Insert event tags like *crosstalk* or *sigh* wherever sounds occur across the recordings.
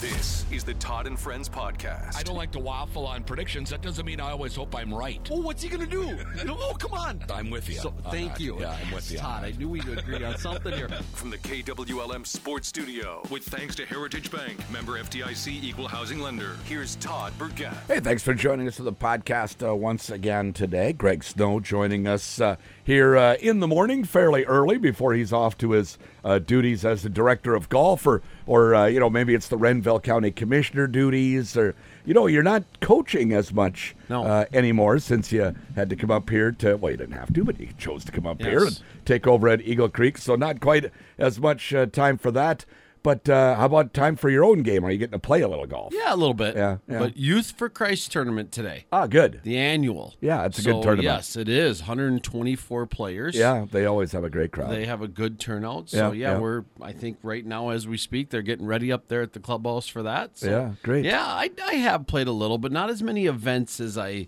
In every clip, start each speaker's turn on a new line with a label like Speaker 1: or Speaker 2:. Speaker 1: This is the Todd and Friends podcast.
Speaker 2: I don't like to waffle on predictions. That doesn't mean I always hope I'm right.
Speaker 3: Well, what's he going to do? *laughs* oh, come on.
Speaker 2: I'm with you.
Speaker 3: So,
Speaker 2: on
Speaker 3: thank
Speaker 2: that.
Speaker 3: you.
Speaker 2: Yeah, I'm with you. on
Speaker 3: Todd, I
Speaker 2: that.
Speaker 3: knew we'd agree on something here.
Speaker 1: From the KWLM Sports Studio, with thanks to Heritage Bank, member FDIC, equal housing lender. Here's Todd Burgett.
Speaker 4: Hey, thanks for joining us for the podcast uh, once again today. Greg Snow joining us uh, here uh, in the morning, fairly early, before he's off to his uh, duties as the director of golf, or, or uh, you know, maybe it's the Renville County Commissioner duties, or you know, you're not coaching as much
Speaker 5: No.
Speaker 4: uh, anymore since you had to come up here to. Well, you didn't have to, but you chose to come up here
Speaker 5: Yes.
Speaker 4: and take over at Eagle Creek, so not quite as much uh, time for that. But uh, how about time for your own game? Are you getting to play a little golf?
Speaker 5: Yeah, a little bit.
Speaker 4: Yeah, yeah.
Speaker 5: But Youth for Christ tournament today,
Speaker 4: Ah, good.
Speaker 5: the annual.
Speaker 4: Yeah, it's a good
Speaker 5: So,
Speaker 4: tournament.
Speaker 5: Yes, it is. 124 players.
Speaker 4: Yeah, they always have a great crowd.
Speaker 5: They have a good turnout.
Speaker 4: Yeah,
Speaker 5: So yeah,
Speaker 4: yeah.
Speaker 5: we're I think right now as we speak, they're getting ready up there at the clubhouse for that. So,
Speaker 4: Yeah, great.
Speaker 5: Yeah, I, I have played a little, but not as many events as I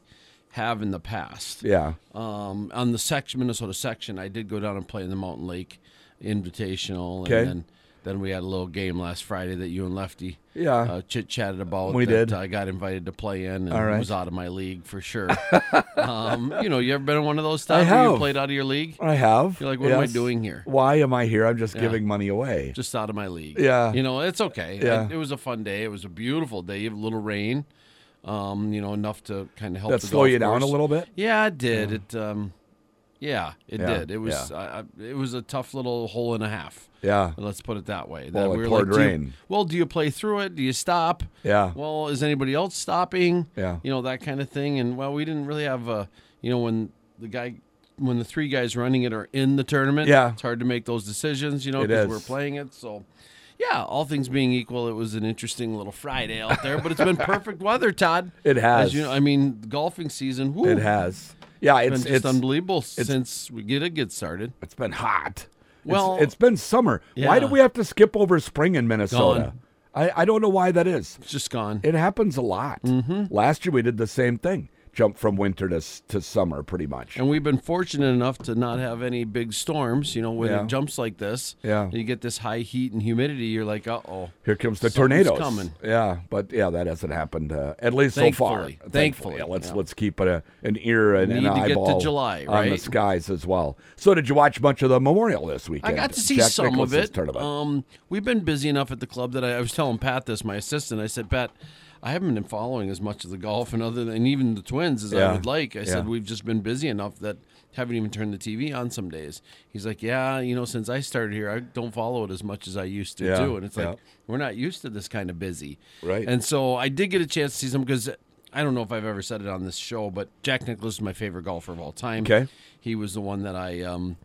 Speaker 5: have in the past.
Speaker 4: yeah.
Speaker 5: Um, on the section Minnesota section, I did go down and play in the Mountain Lake Invitational,
Speaker 4: Okay.
Speaker 5: and then, then we had a little game last Friday that you and Lefty
Speaker 4: Yeah.
Speaker 5: uh, chit chatted about.
Speaker 4: We
Speaker 5: that
Speaker 4: did.
Speaker 5: I got invited to play in, and
Speaker 4: All right.
Speaker 5: was out of my league for sure. *laughs* um, you know, you ever been in one of those times
Speaker 4: I
Speaker 5: where you
Speaker 4: have.
Speaker 5: played out of your league?
Speaker 4: I have.
Speaker 5: You're like, what am I doing here?
Speaker 4: Why am I here? I'm just giving money away.
Speaker 5: Just out of my league.
Speaker 4: Yeah.
Speaker 5: you know, it's okay.
Speaker 4: Yeah.
Speaker 5: It, it was a fun day. It was a beautiful day. A little rain. Um, you know, enough to kind of help
Speaker 4: that
Speaker 5: the
Speaker 4: slow you
Speaker 5: golf
Speaker 4: down a
Speaker 5: course.
Speaker 4: little bit?
Speaker 5: Yeah, it did. It um, yeah, it
Speaker 4: Yeah,
Speaker 5: did. It was I, I, it was a tough little hole and a half.
Speaker 4: Yeah.
Speaker 5: Let's put it that way.
Speaker 4: Well,
Speaker 5: That
Speaker 4: it
Speaker 5: we were
Speaker 4: poured
Speaker 5: do you-
Speaker 4: rain.
Speaker 5: well, do you play through it? Do you stop?
Speaker 4: Yeah.
Speaker 5: Well, is anybody else stopping?
Speaker 4: Yeah.
Speaker 5: You know that kind of thing. And well, we didn't really have a you know when the guy when the three guys running it are in the tournament.
Speaker 4: Yeah.
Speaker 5: It's hard to make those decisions. You know
Speaker 4: It
Speaker 5: because
Speaker 4: is.
Speaker 5: we're playing it so. Yeah, all things being equal, it was an interesting little Friday out there, but
Speaker 4: *laughs*
Speaker 5: it's been perfect weather, Todd.
Speaker 4: It has.
Speaker 5: As you know, I mean, golfing season. Whoo,
Speaker 4: It has. Yeah,
Speaker 5: been
Speaker 4: it's
Speaker 5: just
Speaker 4: it's,
Speaker 5: unbelievable since we get it get started.
Speaker 4: it's been hot. It's-
Speaker 5: Well-
Speaker 4: it's been summer. Why do
Speaker 5: Yeah.
Speaker 4: we have to skip over spring in Minnesota?
Speaker 5: Gone.
Speaker 4: I, I don't know why that is.
Speaker 5: It's just gone.
Speaker 4: It happens a lot.
Speaker 5: Mm-hmm.
Speaker 4: Last year we did the same thing. Jump from winter to s- to summer pretty much.
Speaker 5: and we've been fortunate enough to not have any big storms. You know, when
Speaker 4: Yeah.
Speaker 5: it jumps like this,
Speaker 4: Yeah.
Speaker 5: you get this high heat and humidity. You're like, uh oh.
Speaker 4: Here comes the
Speaker 5: Something's
Speaker 4: tornadoes.
Speaker 5: coming.
Speaker 4: Yeah, but yeah, that hasn't happened uh, at least so far.
Speaker 5: Thankfully.
Speaker 4: yeah,
Speaker 5: Thankfully,
Speaker 4: let's
Speaker 5: yeah.
Speaker 4: let's keep a, an ear and an
Speaker 5: Need to get to
Speaker 4: eyeball
Speaker 5: July,
Speaker 4: on the
Speaker 5: right?
Speaker 4: skies as well. So, did you watch much of the Memorial this
Speaker 5: I
Speaker 4: weekend?
Speaker 5: got to see
Speaker 4: Jack
Speaker 5: some
Speaker 4: Nicklaus's
Speaker 5: of it.
Speaker 4: Tournament.
Speaker 5: Um, we've been busy enough at the club that I, I was telling Pat this, my assistant. I said, Pat, I haven't been following as much of the golf and other than even the twins as
Speaker 4: Yeah.
Speaker 5: I would like. I
Speaker 4: Yeah.
Speaker 5: said we've just been busy enough that haven't even turned the TV on some days. He's like, yeah, you know, since I started here, I don't follow it as much as I used to
Speaker 4: Yeah.
Speaker 5: do, and it's like
Speaker 4: Yeah.
Speaker 5: we're not used to this kind of busy,
Speaker 4: Right.
Speaker 5: And so I did get a chance to see some because. I don't know if I've ever said it on this show, but Jack Nicklaus is my favorite golfer of all time.
Speaker 4: Okay.
Speaker 5: He was the one that I um,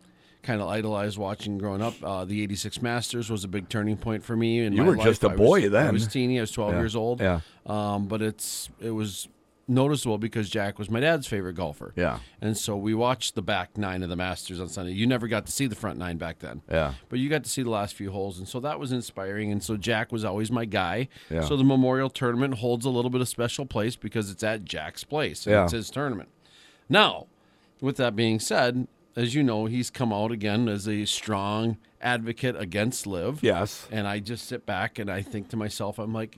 Speaker 5: kind of idolized watching growing up. Uh, the 86 Masters was a big turning point for me. In
Speaker 4: You
Speaker 5: my
Speaker 4: were just
Speaker 5: life.
Speaker 4: a
Speaker 5: I
Speaker 4: boy
Speaker 5: was, I
Speaker 4: then.
Speaker 5: was teeny. I was 12
Speaker 4: Yeah,
Speaker 5: years old.
Speaker 4: yeah.
Speaker 5: Um, but it's it was noticeable because Jack was my dad's favorite golfer.
Speaker 4: Yeah.
Speaker 5: And so we watched the back nine of the Masters on Sunday. You never got to see the front nine back then.
Speaker 4: Yeah.
Speaker 5: But you got to see the last few holes. And so that was inspiring. And so Jack was always my guy.
Speaker 4: Yeah.
Speaker 5: So the Memorial Tournament holds a little bit of special place because it's at Jack's place. And
Speaker 4: Yeah.
Speaker 5: It's his tournament. Now, with that being said, as you know, he's come out again as a strong advocate against live.
Speaker 4: yes.
Speaker 5: And I just sit back and I think to myself, I'm like,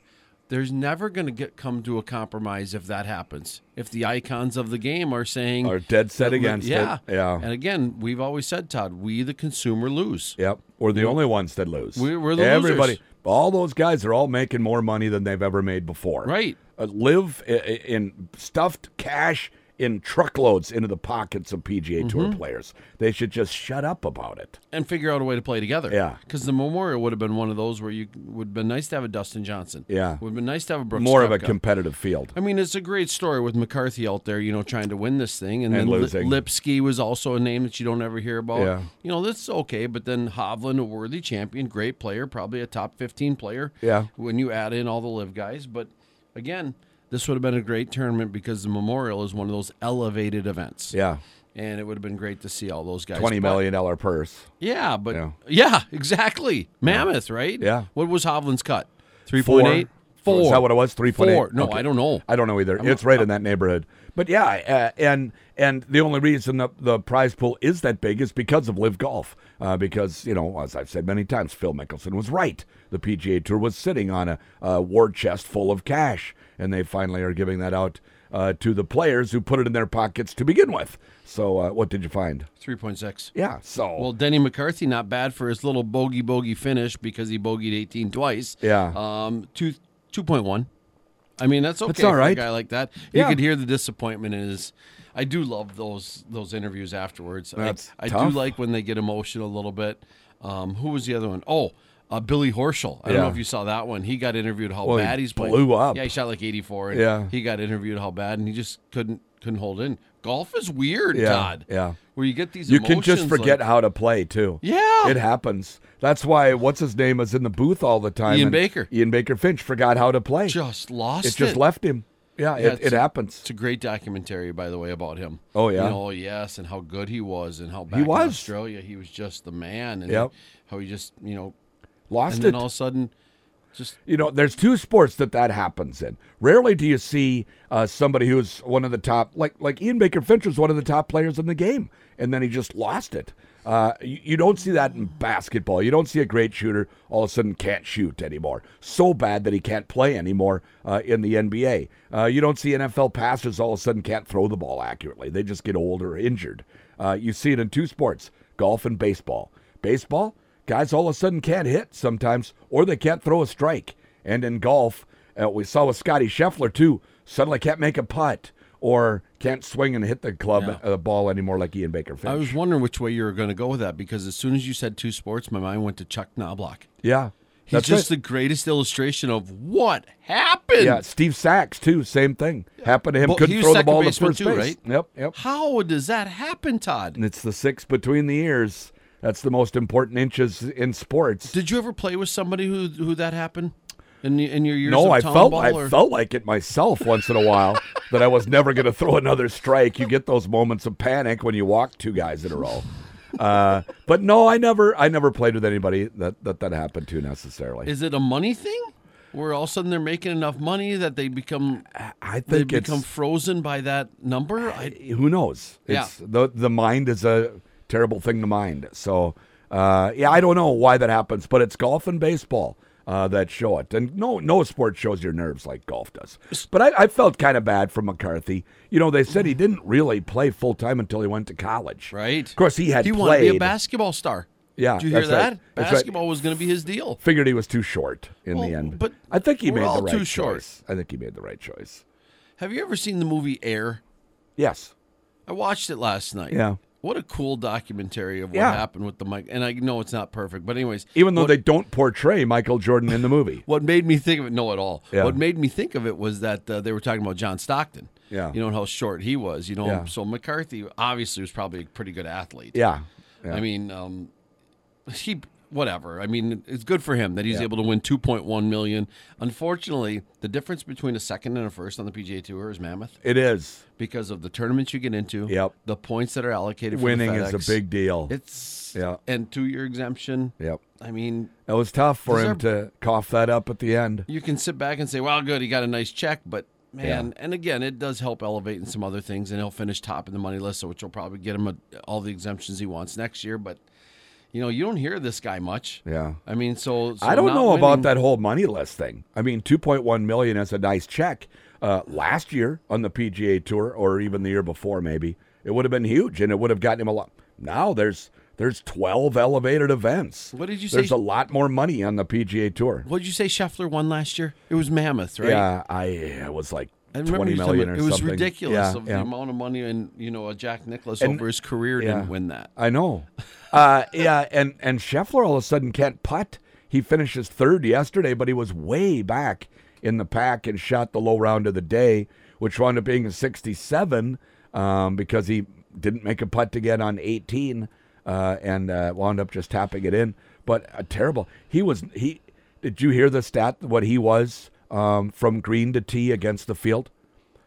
Speaker 5: there's never going to get come to a compromise if that happens. If the icons of the game are saying
Speaker 4: Are dead set against
Speaker 5: yeah,
Speaker 4: it. Yeah.
Speaker 5: And again, we've always said, Todd, we the consumer lose.
Speaker 4: Yep. We're the only ones that lose.
Speaker 5: We- we're the
Speaker 4: Everybody,
Speaker 5: losers.
Speaker 4: all those guys are all making more money than they've ever made before.
Speaker 5: Right.
Speaker 4: Uh, live i- i- in stuffed cash in truckloads into the pockets of PGA Tour
Speaker 5: Mm-hmm.
Speaker 4: players. They should just shut up about it.
Speaker 5: And figure out a way to play together.
Speaker 4: Yeah.
Speaker 5: Because the Memorial would have been one of those where you would have been nice to have a Dustin Johnson.
Speaker 4: Yeah.
Speaker 5: Would have been nice to have a Brooks.
Speaker 4: More of a
Speaker 5: Koepka.
Speaker 4: competitive field.
Speaker 5: I mean, it's a great story with McCarthy out there, you know, trying to win this thing, and,
Speaker 4: And
Speaker 5: then
Speaker 4: losing.
Speaker 5: Li- Lipsky was also a name that you don't ever hear about.
Speaker 4: Yeah.
Speaker 5: You know, that's okay, but then Hovland, a worthy champion, great player, probably a top fifteen player.
Speaker 4: Yeah.
Speaker 5: When you add in all the live guys, but again, this would have been a great tournament because the Memorial is one of those elevated events.
Speaker 4: Yeah.
Speaker 5: And it would have been great to see all those guys.
Speaker 4: Twenty
Speaker 5: But-
Speaker 4: million dollar purse.
Speaker 5: Yeah, but
Speaker 4: Yeah.
Speaker 5: yeah, exactly. Mammoth, right?
Speaker 4: Yeah.
Speaker 5: What was Hovland's cut?
Speaker 4: Four-
Speaker 5: 3.8? Four.
Speaker 4: Is that what it was? Three foot
Speaker 5: Four.
Speaker 4: eight?
Speaker 5: No, I don't know.
Speaker 4: I don't know either. it's right in that neighborhood. But yeah, uh, and and the only reason the, the prize pool is that big is because of Live Golf. Uh, because you know, as I've said many times, Phil Mickelson was right. The PGA Tour was sitting on a, a war chest full of cash, and they finally are giving that out uh, to the players who put it in their pockets to begin with. So, uh, what did you find?
Speaker 5: Three point six.
Speaker 4: Yeah. So
Speaker 5: Well, Denny McCarthy not bad for his little bogey bogey finish because he bogeyed eighteen twice.
Speaker 4: Yeah.
Speaker 5: Um, two two point one. I mean that's okay
Speaker 4: all
Speaker 5: for a
Speaker 4: right.
Speaker 5: guy like that.
Speaker 4: Yeah.
Speaker 5: You could hear the disappointment in his. I do love those those interviews afterwards. I-
Speaker 4: That's
Speaker 5: I,
Speaker 4: tough.
Speaker 5: do like when they get emotional a little bit. Um, who was the other one? Oh. Uh, Billy Horschel. I don't
Speaker 4: Yeah.
Speaker 5: know if you saw that one. He got interviewed how
Speaker 4: Well, he
Speaker 5: bad he's playing.
Speaker 4: blew up.
Speaker 5: Yeah, he shot like 84. And
Speaker 4: Yeah.
Speaker 5: He got interviewed how bad, and he just couldn't couldn't hold in. Golf is weird,
Speaker 4: Yeah,
Speaker 5: Todd.
Speaker 4: yeah.
Speaker 5: Where you get these
Speaker 4: you can just
Speaker 5: emotions,
Speaker 4: forget
Speaker 5: like-
Speaker 4: how to play too.
Speaker 5: Yeah.
Speaker 4: it happens. That's why what's his name is in the booth all the time.
Speaker 5: Ian
Speaker 4: and
Speaker 5: Baker.
Speaker 4: Ian Baker Finch forgot how to play.
Speaker 5: just lost
Speaker 4: it just left him. Yeah, it,
Speaker 5: Yeah, it's-
Speaker 4: it happens.
Speaker 5: It's a great documentary, by the way, about him.
Speaker 4: Oh, yeah?
Speaker 5: You know, yes, and how good he was, and how back in
Speaker 4: was.
Speaker 5: Australia he was just the man, and
Speaker 4: Yep.
Speaker 5: how he just you know,
Speaker 4: Lost
Speaker 5: and
Speaker 4: it.
Speaker 5: then all of a sudden, just
Speaker 4: you know, there's two sports that that happens in. Rarely do you see uh, somebody who's one of the top, like like Ian Baker Finch was one of the top players in the game, and then he just lost it. Uh, you, you don't see that in basketball. You don't see a great shooter all of a sudden can't shoot anymore, so bad that he can't play anymore uh, in the NBA. Uh, you don't see NFL passers all of a sudden can't throw the ball accurately. They just get old or injured. Uh, you see it in two sports: golf and baseball. Baseball, guys all of a sudden can't hit sometimes, or they can't throw a strike. And in golf, uh, we saw with Scotty Scheffler too. Suddenly can't make a putt or can't swing and hit the club uh, the ball anymore like Ian Baker Finch.
Speaker 5: I was wondering which way you were going to go with that because as soon as you said two sports, my mind went to Chuck Knobloch.
Speaker 4: yeah,
Speaker 5: He's
Speaker 4: that's
Speaker 5: just
Speaker 4: right.
Speaker 5: the greatest illustration of what happened.
Speaker 4: yeah. Steve Sachs too. Same thing happened to him.
Speaker 5: Well,
Speaker 4: Couldn't
Speaker 5: he was
Speaker 4: throw the
Speaker 5: second
Speaker 4: ball to
Speaker 5: baseman
Speaker 4: first
Speaker 5: too,
Speaker 4: base.
Speaker 5: right?
Speaker 4: Yep, yep.
Speaker 5: How does that happen, Todd?
Speaker 4: And it's the six between the ears. That's the most important inches in sports.
Speaker 5: Did you ever play with somebody who who that happened in the, in your years?
Speaker 4: No,
Speaker 5: of
Speaker 4: I
Speaker 5: town
Speaker 4: felt
Speaker 5: ball
Speaker 4: I
Speaker 5: or-
Speaker 4: felt like it myself once in a
Speaker 5: *laughs*
Speaker 4: while that I was never going to throw another strike. You get those moments of panic when you walk two guys in a row. Uh, but no, I never I never played with anybody that that, that happened to necessarily.
Speaker 5: Is it a money thing? Where all of a sudden they're making enough money that they become
Speaker 4: I
Speaker 5: they
Speaker 4: think it's
Speaker 5: become frozen by that number? I,
Speaker 4: who knows.
Speaker 5: Yeah.
Speaker 4: It's the the mind is a terrible thing to mind. So uh, yeah, I don't know why that happens, but it's golf and baseball. Uh, that show it, and no, no sport shows your nerves like golf does. But I, I felt kind of bad for McCarthy. You know, they said he didn't really play full time until he went to college.
Speaker 5: right.
Speaker 4: Of course, he had
Speaker 5: He
Speaker 4: played.
Speaker 5: wanted to be a basketball star.
Speaker 4: Yeah,
Speaker 5: Did you hear
Speaker 4: that's
Speaker 5: that?
Speaker 4: right. That's right.
Speaker 5: basketball was going to be his deal.
Speaker 4: Figured he was too short in
Speaker 5: Well,
Speaker 4: the end.
Speaker 5: but
Speaker 4: I think he
Speaker 5: we're
Speaker 4: made
Speaker 5: all
Speaker 4: the right
Speaker 5: too short.
Speaker 4: choice. I think he made the right choice.
Speaker 5: Have you ever seen the movie Air?
Speaker 4: Yes.
Speaker 5: I watched it last night.
Speaker 4: Yeah.
Speaker 5: What a cool documentary of what
Speaker 4: Yeah.
Speaker 5: happened with the mic. And I know it's not perfect, but anyways,
Speaker 4: Even though
Speaker 5: what-
Speaker 4: they don't portray Michael Jordan in the movie.
Speaker 5: *laughs* What made me think of it? No, at all.
Speaker 4: Yeah.
Speaker 5: What made me think of it was that uh, they were talking about John Stockton.
Speaker 4: Yeah.
Speaker 5: You know and how short he was. You know,
Speaker 4: Yeah.
Speaker 5: so McCarthy obviously was probably a pretty good athlete.
Speaker 4: Yeah. yeah.
Speaker 5: I mean, um, he whatever. I mean, it's good for him that he's able to win 2.1 million. Unfortunately, the difference between a second and a first on the PGA Tour is mammoth
Speaker 4: it is.
Speaker 5: because of the tournaments you get into.
Speaker 4: Yep.
Speaker 5: The points that are allocated. for the
Speaker 4: Winning is
Speaker 5: FedEx.
Speaker 4: a big deal.
Speaker 5: It's
Speaker 4: Yeah.
Speaker 5: And two year exemption.
Speaker 4: Yep.
Speaker 5: I mean,
Speaker 4: It was tough for
Speaker 5: These
Speaker 4: him to cough that up at the end.
Speaker 5: you can sit back and say, "Well, good, he got a nice check," but man, and again, it does help elevate in some other things, and he'll finish top in the money list, so which will probably get him a, all the exemptions he wants next year. But you know, you don't hear this guy much.
Speaker 4: Yeah.
Speaker 5: I mean, so, so
Speaker 4: I don't
Speaker 5: not
Speaker 4: know about
Speaker 5: winning-
Speaker 4: that whole money list thing. I mean, 2.1 million is a nice check. Uh, last year on the PGA Tour, or even the year before, maybe it would have been huge, and it would have gotten him a lot. Now there's there's 12 elevated events.
Speaker 5: What did you
Speaker 4: There's
Speaker 5: say?
Speaker 4: a lot more money on the PGA Tour.
Speaker 5: What did you say Scheffler won last year? It was mammoth, right?
Speaker 4: Yeah, I it was like
Speaker 5: I
Speaker 4: 20
Speaker 5: remember
Speaker 4: million
Speaker 5: you
Speaker 4: or
Speaker 5: telling me
Speaker 4: something.
Speaker 5: it was ridiculous
Speaker 4: Yeah,
Speaker 5: of
Speaker 4: yeah.
Speaker 5: the amount of money, and you know, a Jack Nicklaus
Speaker 4: And-
Speaker 5: over his career
Speaker 4: yeah.
Speaker 5: didn't win that.
Speaker 4: I know. *laughs* Uh, yeah, and and Scheffler all of a sudden can't putt. He finished his third yesterday, but he was way back in the pack and shot the low round of the day, which wound up being a 67 um, because he didn't make a putt again on 18 uh, and uh, wound up just tapping it in. But uh, terrible. He was he. Did you hear the stat? What he was um, from green to tee against the field.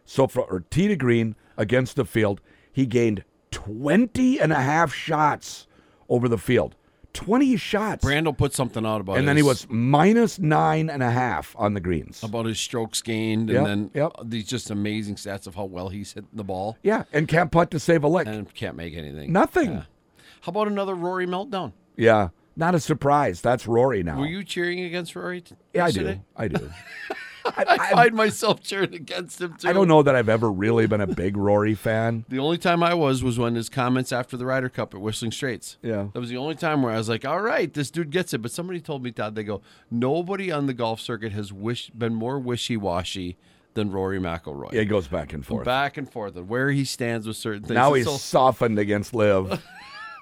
Speaker 4: So for or tee to green against the field, he gained 20 and a half shots over the field. 20 shots.
Speaker 5: Brandel put something out about
Speaker 4: and then he
Speaker 5: his-
Speaker 4: was minus nine and a half on the greens.
Speaker 5: about his strokes gained,
Speaker 4: Yep,
Speaker 5: and then
Speaker 4: yep.
Speaker 5: these just amazing stats of how well he's hitting the ball
Speaker 4: Yeah, and can't putt to save a lick.
Speaker 5: and can't make anything.
Speaker 4: Nothing.
Speaker 5: Yeah. How about another Rory meltdown?
Speaker 4: Yeah, not a surprise. That's Rory now.
Speaker 5: Were you cheering against Rory? T-
Speaker 4: yeah, I do.
Speaker 5: yesterday?
Speaker 4: I
Speaker 5: *laughs*
Speaker 4: do.
Speaker 5: I find myself *laughs* cheering against him too.
Speaker 4: I don't know that I've ever really been a big Rory fan.
Speaker 5: The only time I was was when his comments after the Ryder Cup at Whistling Straits.
Speaker 4: Yeah.
Speaker 5: That was the only time where I was like, all right, this dude gets it. But somebody told me, Todd, they go, nobody on the golf circuit has wish- been more wishy washy than Rory McIlroy.
Speaker 4: It goes back and forth.
Speaker 5: Back and forth, and where he stands with certain things.
Speaker 4: Now
Speaker 5: It's
Speaker 4: he's softened against
Speaker 5: *laughs*
Speaker 4: Liv
Speaker 5: so,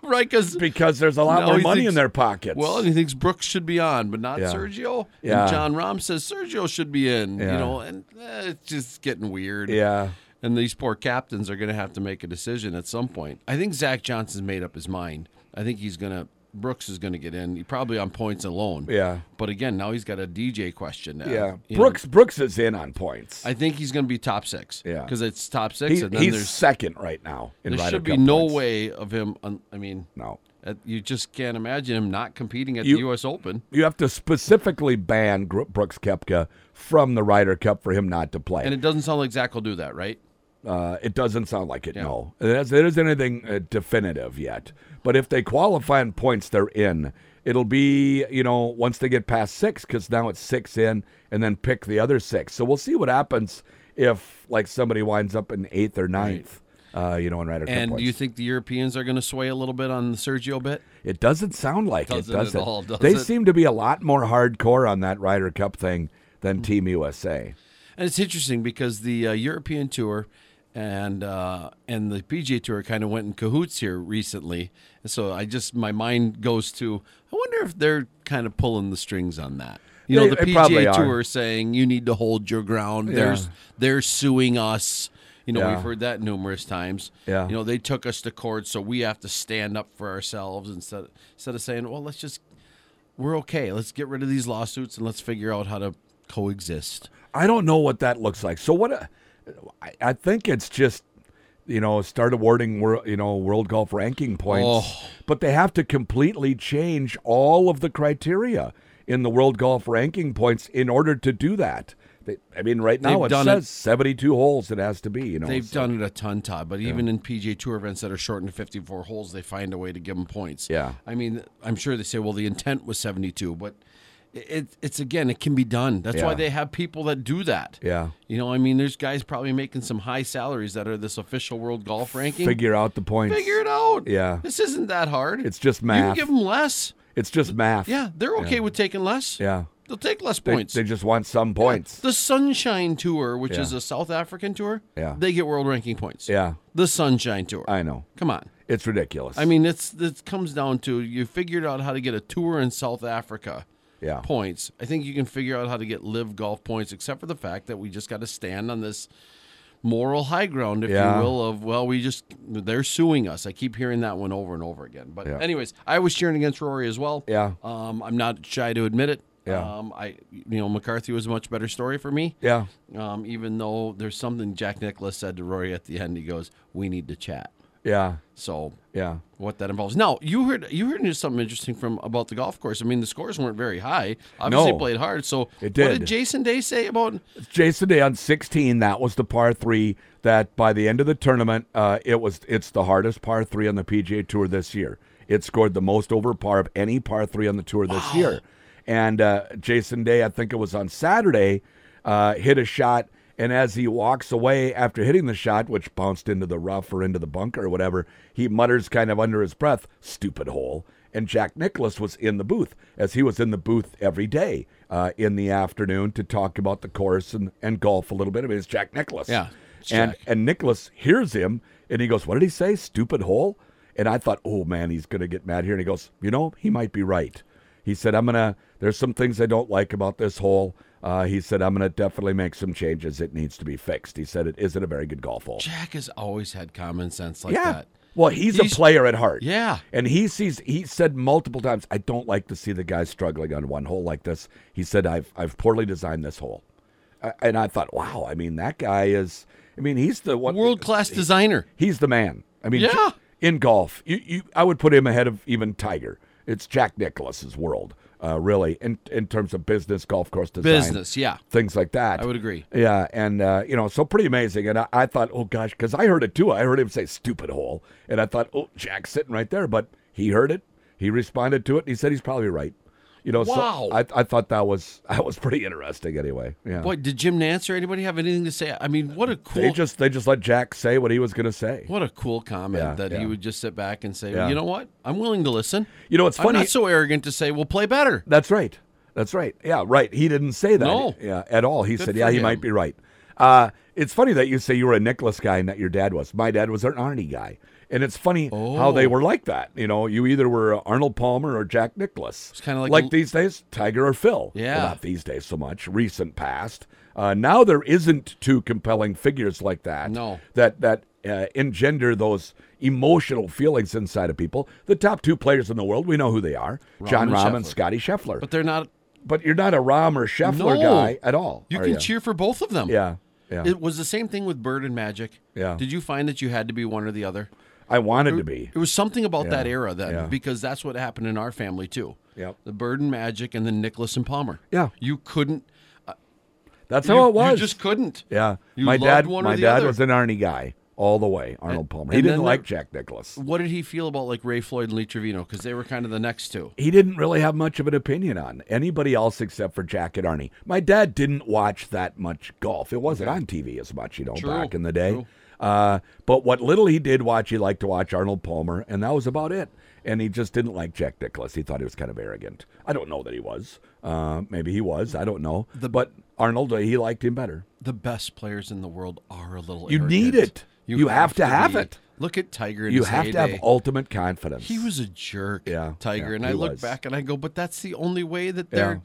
Speaker 5: right because
Speaker 4: because there's a lot
Speaker 5: Now
Speaker 4: more
Speaker 5: he
Speaker 4: money
Speaker 5: thinks-
Speaker 4: in their pockets.
Speaker 5: Well, and he thinks Brooks should be on, but not
Speaker 4: Yeah.
Speaker 5: Sergio.
Speaker 4: Yeah.
Speaker 5: And John Rahm says Sergio should be in.
Speaker 4: Yeah.
Speaker 5: You know, and eh, it's just getting weird.
Speaker 4: yeah.
Speaker 5: And these poor captains are going to have to make a decision at some point. I think Zach Johnson's made up his mind. I think he's going to. Brooks is going to get in. He probably on points alone.
Speaker 4: Yeah.
Speaker 5: But again, now he's got a DJ question. Now.
Speaker 4: Yeah.
Speaker 5: You know,
Speaker 4: Brooks Brooks is in on points.
Speaker 5: I think he's going to be top six.
Speaker 4: Yeah.
Speaker 5: Because it's top six,
Speaker 4: He-
Speaker 5: and then
Speaker 4: he's
Speaker 5: there's
Speaker 4: second right now. In
Speaker 5: there
Speaker 4: Ryder
Speaker 5: should be
Speaker 4: Cup
Speaker 5: no
Speaker 4: points.
Speaker 5: way of him. Un, I mean,
Speaker 4: No.
Speaker 5: uh, you just can't imagine him not competing at
Speaker 4: You-
Speaker 5: the U.S. Open.
Speaker 4: You have to specifically ban Gr- Brooks Kepka from the Ryder Cup for him not to play.
Speaker 5: And it doesn't sound like Zach will do that, right?
Speaker 4: Uh, it doesn't sound like it. No, There's- there isn't anything uh, definitive yet. But if they qualify in points, they're in. It'll be you know once they get past six because now it's six in, and then pick the other six. So we'll see what happens if like somebody winds up in eighth or ninth. Uh, you know, in Ryder Cup
Speaker 5: And do
Speaker 4: points.
Speaker 5: you think the Europeans are going to sway a little bit on the Sergio bit?
Speaker 4: it doesn't sound like
Speaker 5: Doesn't
Speaker 4: it,
Speaker 5: at
Speaker 4: does it?
Speaker 5: all, does
Speaker 4: they
Speaker 5: it?
Speaker 4: seem to be a lot more hardcore on that Ryder Cup thing
Speaker 5: Mm.
Speaker 4: than Team USA.
Speaker 5: And it's interesting because the uh, European Tour and uh, and the PGA Tour kind of went in cahoots here recently, and so I just my mind goes to I wonder if they're kind of pulling the strings on that. You
Speaker 4: They-
Speaker 5: know, the
Speaker 4: they probably
Speaker 5: PGA
Speaker 4: are.
Speaker 5: Tour saying you need to hold your ground. There's they're suing us. You know,
Speaker 4: Yeah.
Speaker 5: we've heard that numerous times.
Speaker 4: Yeah.
Speaker 5: You know, they took us to court, so we have to stand up for ourselves instead instead of saying, well, let's just we're okay. Let's get rid of these lawsuits and let's figure out how to coexist.
Speaker 4: I don't know what that looks like. So what? uh, I, I think it's just you know start awarding wor- you know world golf ranking points,
Speaker 5: Oh.
Speaker 4: but they have to completely change all of the criteria in the world golf ranking points in order to do that. They, I mean, right now
Speaker 5: They've
Speaker 4: it
Speaker 5: done
Speaker 4: says
Speaker 5: it.
Speaker 4: seventy-two holes. It has to be. You know,
Speaker 5: They've
Speaker 4: so-
Speaker 5: done it a ton, Todd. But even in PJ Tour events that are shortened to 54 holes, they find a way to give them points.
Speaker 4: Yeah.
Speaker 5: I mean, I'm sure they say, well, the intent was 72, but it, it's again, it can be done. That's
Speaker 4: Yeah.
Speaker 5: why they have people that do that.
Speaker 4: Yeah.
Speaker 5: You know, I mean, there's guys probably making some high salaries that are this official world golf ranking.
Speaker 4: Figure out the points.
Speaker 5: Figure it out.
Speaker 4: Yeah.
Speaker 5: This isn't that hard.
Speaker 4: It's just
Speaker 5: You can
Speaker 4: math.
Speaker 5: give them less.
Speaker 4: It's just math.
Speaker 5: Yeah. They're okay with taking less.
Speaker 4: Yeah.
Speaker 5: They'll take less
Speaker 4: They,
Speaker 5: points.
Speaker 4: they just want some points.
Speaker 5: The Sunshine Tour, which
Speaker 4: Yeah.
Speaker 5: is a South African tour,
Speaker 4: Yeah.
Speaker 5: they get world ranking points.
Speaker 4: Yeah.
Speaker 5: The Sunshine Tour.
Speaker 4: I know.
Speaker 5: Come on.
Speaker 4: It's ridiculous.
Speaker 5: I mean, it's it comes down to you figured out how to get a tour in South Africa.
Speaker 4: Yeah.
Speaker 5: Points. I think you can figure out how to get live golf points, except for the fact that we just got to stand on this moral high ground, if
Speaker 4: Yeah.
Speaker 5: you will, of well, we just they're suing us. I keep hearing that one over and over again. But
Speaker 4: Yeah.
Speaker 5: anyways, I was cheering against Rory as well.
Speaker 4: Yeah.
Speaker 5: Um, I'm not shy to admit it.
Speaker 4: Yeah.
Speaker 5: Um, I you know McCarthy was a much better story for me.
Speaker 4: Yeah.
Speaker 5: Um, even though there's something Jack Nicholas said to Rory at the end, he goes, "We need to chat."
Speaker 4: yeah.
Speaker 5: So
Speaker 4: Yeah.
Speaker 5: what that involves. Now you heard you heard something interesting from about the golf course. I mean, the scores weren't very high. Obviously,
Speaker 4: No.
Speaker 5: played hard. So
Speaker 4: It
Speaker 5: What
Speaker 4: did.
Speaker 5: did Jason Day say about?
Speaker 4: Jason Day on 16. That was the par three. That by the end of the tournament, uh, it was it's the hardest par three on the PGA Tour this year. It scored the most over par of any par three on the tour this year. And uh, Jason Day, I think it was on Saturday, uh, hit a shot. And as he walks away after hitting the shot, which bounced into the rough or into the bunker or whatever, he mutters kind of under his breath, stupid hole. And Jack Nicholas was in the booth, as he was in the booth every day uh, in the afternoon to talk about the course and, and golf a little bit. I mean, it's Jack Nicholas.
Speaker 5: Yeah, it's
Speaker 4: And,
Speaker 5: Jack.
Speaker 4: and Nicholas hears him and he goes, What did he say? Stupid hole? And I thought, Oh man, he's going to get mad here. And he goes, You know, he might be right. He said, I'm going to, there's some things I don't like about this hole. Uh, he said, I'm going to definitely make some changes. It needs to be fixed. He said, It isn't a very good golf hole.
Speaker 5: Jack has always had common sense like
Speaker 4: yeah.
Speaker 5: that.
Speaker 4: Well, he's, a
Speaker 5: He's-
Speaker 4: player at heart.
Speaker 5: Yeah.
Speaker 4: And he sees he said multiple times, I don't like to see the guy struggling on one hole like this. He said, I've I've poorly designed this hole. I- And I thought, wow, I mean, that guy is I mean, he's the one
Speaker 5: World class designer.
Speaker 4: he's the man. I mean,
Speaker 5: Yeah.
Speaker 4: in golf, you, you, I would put him ahead of even Tiger it's Jack Nicholas's world, uh, really, in in terms of business, golf course design,
Speaker 5: Business, yeah.
Speaker 4: things like that.
Speaker 5: I would agree.
Speaker 4: Yeah, and uh, you know, so pretty amazing. And I, I thought, oh gosh, because I heard it too. I heard him say "stupid hole," and I thought, oh, Jack's sitting right there. But he heard it. He responded to it. And he said he's probably right. You know,
Speaker 5: Wow.
Speaker 4: so I, I thought that was *laughs* that was pretty interesting. Anyway, yeah.
Speaker 5: Boy, did Jim Nance or anybody have anything to say? I mean, what a
Speaker 4: They
Speaker 5: cool,
Speaker 4: just they just let Jack say what he was going to say.
Speaker 5: what a cool comment
Speaker 4: Yeah,
Speaker 5: that
Speaker 4: yeah.
Speaker 5: he would just sit back and say,
Speaker 4: Yeah.
Speaker 5: "You know what? I'm willing to listen."
Speaker 4: You know, it's
Speaker 5: I'm
Speaker 4: funny.
Speaker 5: not so arrogant to say we'll play better.
Speaker 4: That's right. That's right. Yeah, right. He didn't say that.
Speaker 5: No.
Speaker 4: Yeah, at all. He said,
Speaker 5: for
Speaker 4: yeah, he
Speaker 5: him.
Speaker 4: might be right. Uh, it's funny that you say you were a Nicholas guy and that your dad was. My dad was an Arnie guy. And it's funny how
Speaker 5: Oh.
Speaker 4: they were like that. You know, you either were Arnold Palmer or Jack Nicholas. It's
Speaker 5: kinda like a-
Speaker 4: these days, Tiger or Phil.
Speaker 5: Yeah.
Speaker 4: Well, not these days so much. Recent past. Uh, now there isn't two compelling figures like that.
Speaker 5: No.
Speaker 4: That that uh, engender those emotional feelings inside of people. The top two players in the world, we know who they are: John
Speaker 5: and
Speaker 4: Rahm and
Speaker 5: Scheffler.
Speaker 4: Scotty Scheffler.
Speaker 5: But they're not.
Speaker 4: But you're not a Rom or Scheffler
Speaker 5: No.
Speaker 4: guy at all.
Speaker 5: You
Speaker 4: are
Speaker 5: can cheer for both of them.
Speaker 4: Oh, Yeah, yeah.
Speaker 5: It was the same thing with Bird and Magic.
Speaker 4: Yeah.
Speaker 5: Did you find that you had to be one or the other?
Speaker 4: I wanted to be.
Speaker 5: It was something about that era then,
Speaker 4: yeah.
Speaker 5: because that's what happened in our family too.
Speaker 4: Yep.
Speaker 5: The Bird and Magic, and then Nicholas and Palmer.
Speaker 4: Yeah.
Speaker 5: You couldn't.
Speaker 4: That's
Speaker 5: you,
Speaker 4: how it was.
Speaker 5: You just couldn't.
Speaker 4: yeah.
Speaker 5: You
Speaker 4: my
Speaker 5: loved
Speaker 4: dad.
Speaker 5: one or
Speaker 4: my
Speaker 5: the
Speaker 4: dad
Speaker 5: other.
Speaker 4: was an Arnie guy all the way. Arnold Palmer. He
Speaker 5: and
Speaker 4: didn't
Speaker 5: then
Speaker 4: like
Speaker 5: there-
Speaker 4: Jack Nicholas.
Speaker 5: What did he feel about like Ray Floyd and Lee Trevino? Because they were kind of the next two.
Speaker 4: He didn't really have much of an opinion on anybody else except for Jack and Arnie. My dad didn't watch that much golf. It wasn't on TV as much, you know,
Speaker 5: True,
Speaker 4: back in the day.
Speaker 5: true.
Speaker 4: Uh, but what little he did watch, he liked to watch Arnold Palmer, and that was about it. And he just didn't like Jack Nicholas. He thought he was kind of arrogant. I don't know that he was. Uh, maybe he was. I don't know. but Arnold, uh, he liked him better.
Speaker 5: The best players in the world are a little.
Speaker 4: You need
Speaker 5: arrogant.
Speaker 4: it. You have to have
Speaker 5: be.
Speaker 4: it.
Speaker 5: Look at Tiger. In
Speaker 4: You
Speaker 5: his
Speaker 4: have to have
Speaker 5: heyday.
Speaker 4: ultimate confidence.
Speaker 5: He was a jerk,
Speaker 4: Yeah,
Speaker 5: Tiger.
Speaker 4: yeah,
Speaker 5: and I
Speaker 4: he
Speaker 5: look
Speaker 4: was.
Speaker 5: back and I go, but that's the only way that they're.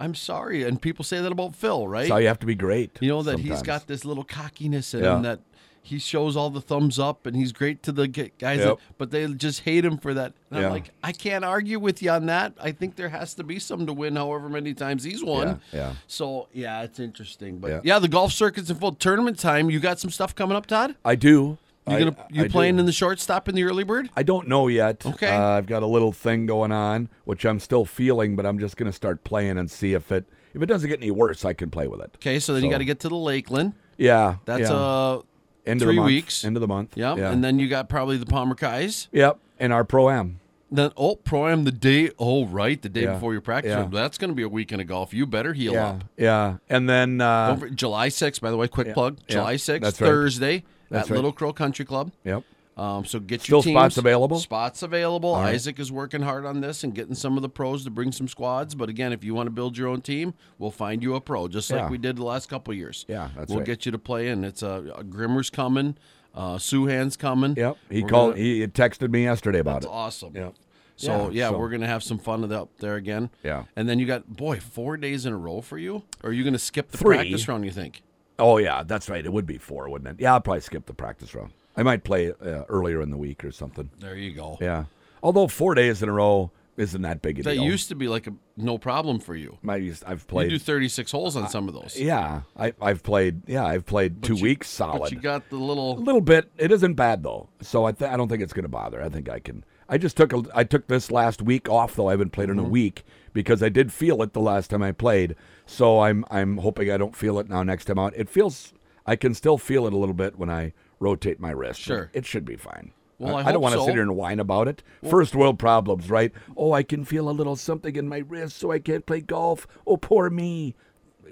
Speaker 5: I'm sorry, and people say that about Phil, right?
Speaker 4: That's how you have to be great.
Speaker 5: You know that he's
Speaker 4: sometimes.
Speaker 5: got this little cockiness in
Speaker 4: Yeah.
Speaker 5: him that he shows all the thumbs up, and he's great to the g- guys,
Speaker 4: Yep.
Speaker 5: that, but they just hate him for that. And
Speaker 4: Yeah.
Speaker 5: I'm like, I can't argue with you on that. I think there has to be some to win, however many times he's won.
Speaker 4: Yeah, yeah.
Speaker 5: So yeah, it's interesting, but
Speaker 4: Yeah.
Speaker 5: yeah, the golf circuit's in full tournament time. You got some stuff coming up, Todd.
Speaker 4: I do.
Speaker 5: You
Speaker 4: I-
Speaker 5: gonna you
Speaker 4: I do.
Speaker 5: playing in the shortstop in the early bird?
Speaker 4: I don't know yet.
Speaker 5: Okay.
Speaker 4: Uh, I've got a little thing going on, which I'm still feeling, but I'm just going to start playing and see if it if it doesn't get any worse, I can play with it.
Speaker 5: Okay, so then you
Speaker 4: So-
Speaker 5: got to get to the Lakeland.
Speaker 4: Yeah.
Speaker 5: That's
Speaker 4: yeah.
Speaker 5: uh
Speaker 4: End of the
Speaker 5: three
Speaker 4: month.
Speaker 5: weeks.
Speaker 4: End of the month.
Speaker 5: yeah,
Speaker 4: Yeah.
Speaker 5: and then you got probably the Palmer Kais.
Speaker 4: Yep. And our pro am.
Speaker 5: Then oh, pro am the day. Oh, right, the day
Speaker 4: Yeah.
Speaker 5: before your practice.
Speaker 4: Yeah.
Speaker 5: That's going to be a weekend of golf. You better heal
Speaker 4: Yeah.
Speaker 5: up.
Speaker 4: Yeah. And then uh,
Speaker 5: Over, July 6th, by the way, quick plug.
Speaker 4: Yeah.
Speaker 5: July 6th,
Speaker 4: That's right.
Speaker 5: Thursday
Speaker 4: That's
Speaker 5: at
Speaker 4: right.
Speaker 5: Little Crow Country Club.
Speaker 4: Yep.
Speaker 5: Um, so get
Speaker 4: Still
Speaker 5: your teams.
Speaker 4: spots available?
Speaker 5: Spots available.
Speaker 4: right.
Speaker 5: Isaac is working hard on this and getting some of the pros to bring some squads. But again, if you want to build your own team, we'll find you a pro, just
Speaker 4: Yeah.
Speaker 5: like we did the last couple of years.
Speaker 4: Yeah, that's
Speaker 5: we'll
Speaker 4: right.
Speaker 5: get you to play, and it's a uh, Grimmer's coming, uh, Suhan's coming.
Speaker 4: Yep. He
Speaker 5: We're
Speaker 4: called
Speaker 5: gonna-
Speaker 4: he texted me yesterday about
Speaker 5: that's
Speaker 4: it.
Speaker 5: awesome.
Speaker 4: Yep.
Speaker 5: So
Speaker 4: Yeah,
Speaker 5: yeah,
Speaker 4: so-
Speaker 5: we're gonna have some fun up there again.
Speaker 4: Yeah.
Speaker 5: And then you got boy four days in a row for you. Or are you gonna skip the
Speaker 4: Three.
Speaker 5: practice round? You think?
Speaker 4: Oh yeah, that's right. It would be 4, wouldn't it? Yeah, I'll probably skip the practice round. I might play uh, earlier in the week or something.
Speaker 5: There you go.
Speaker 4: Yeah. Although 4 days in a row isn't that big a
Speaker 5: That
Speaker 4: deal.
Speaker 5: used to be like a no problem for you.
Speaker 4: Might just- I've
Speaker 5: You
Speaker 4: played
Speaker 5: do thirty six holes on some of those.
Speaker 4: Yeah, I, I've played. Yeah, I've played two
Speaker 5: you-
Speaker 4: weeks
Speaker 5: But
Speaker 4: solid.
Speaker 5: you got the
Speaker 4: a
Speaker 5: little.
Speaker 4: little bit. It isn't bad though, so I, th- I don't think it's going to bother. I think I can. I just took a, I took this last week off though. I haven't played
Speaker 5: Mm-hmm.
Speaker 4: in a week because I did feel it the last time I played. So I'm I'm hoping I don't feel it now next time out. It feels I can still feel it a little bit when I rotate my wrist.
Speaker 5: Sure.
Speaker 4: it should be fine.
Speaker 5: Well, I
Speaker 4: don't
Speaker 5: hope
Speaker 4: want to
Speaker 5: so.
Speaker 4: sit here and whine about it. First world problems, right? Oh, I can feel a little something in my wrist, so I can't play golf. Oh, poor me.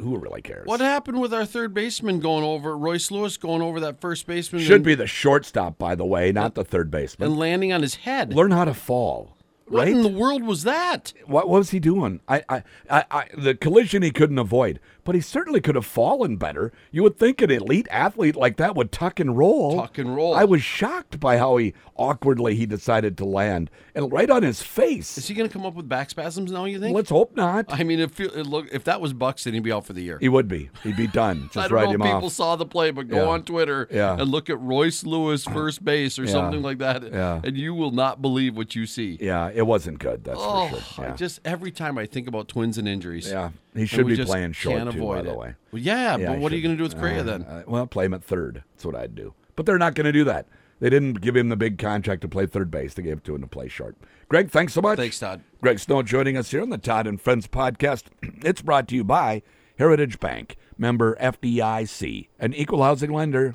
Speaker 4: Who really cares?
Speaker 5: What happened with our third baseman going over Royce Lewis going over that first baseman?
Speaker 4: Should
Speaker 5: and,
Speaker 4: be the shortstop, by the way, not the third baseman.
Speaker 5: and landing on his head.
Speaker 4: Learn how to fall,
Speaker 5: What
Speaker 4: right?
Speaker 5: in the world was that?
Speaker 4: what was he doing? I, I, I, I, the collision he couldn't avoid, but he certainly could have fallen better. You would think an elite athlete like that would tuck and roll.
Speaker 5: Tuck and roll.
Speaker 4: I was shocked by how he awkwardly he decided to land, and right on his
Speaker 5: Is
Speaker 4: face.
Speaker 5: he gonna come up with back spasms now? You think?
Speaker 4: Let's hope not.
Speaker 5: I mean, if you- it look if that was Buxton, he'd be out for the year.
Speaker 4: he would be. He'd be done.
Speaker 5: *laughs* I
Speaker 4: Just
Speaker 5: don't
Speaker 4: write
Speaker 5: know if
Speaker 4: him
Speaker 5: people
Speaker 4: off.
Speaker 5: saw the play, but go
Speaker 4: Yeah.
Speaker 5: on Twitter
Speaker 4: Yeah.
Speaker 5: and look at Royce Lewis first base or something like that,
Speaker 4: Yeah.
Speaker 5: and you will not believe what you see.
Speaker 4: yeah, it wasn't good. That's
Speaker 5: Oh,
Speaker 4: for sure.
Speaker 5: I
Speaker 4: Yeah.
Speaker 5: just every time I think about twins and injuries.
Speaker 4: Yeah. He
Speaker 5: and
Speaker 4: should
Speaker 5: we
Speaker 4: be
Speaker 5: just
Speaker 4: playing short,
Speaker 5: can't
Speaker 4: too,
Speaker 5: avoid
Speaker 4: by the
Speaker 5: it.
Speaker 4: way.
Speaker 5: Well, yeah,
Speaker 4: Yeah,
Speaker 5: but
Speaker 4: I
Speaker 5: what are you
Speaker 4: should-
Speaker 5: going to do with Correa
Speaker 4: uh,
Speaker 5: then?
Speaker 4: uh, well, play him at third. That's what I'd do. But they're not going to do that. They didn't give him the big contract to play third base. They gave it to him to play short. Greg, thanks so much.
Speaker 5: Thanks, Todd.
Speaker 4: Greg Snow joining us here on the Todd and Friends podcast. *clears throat* it's brought to you by Heritage Bank, member FDIC, an equal housing lender.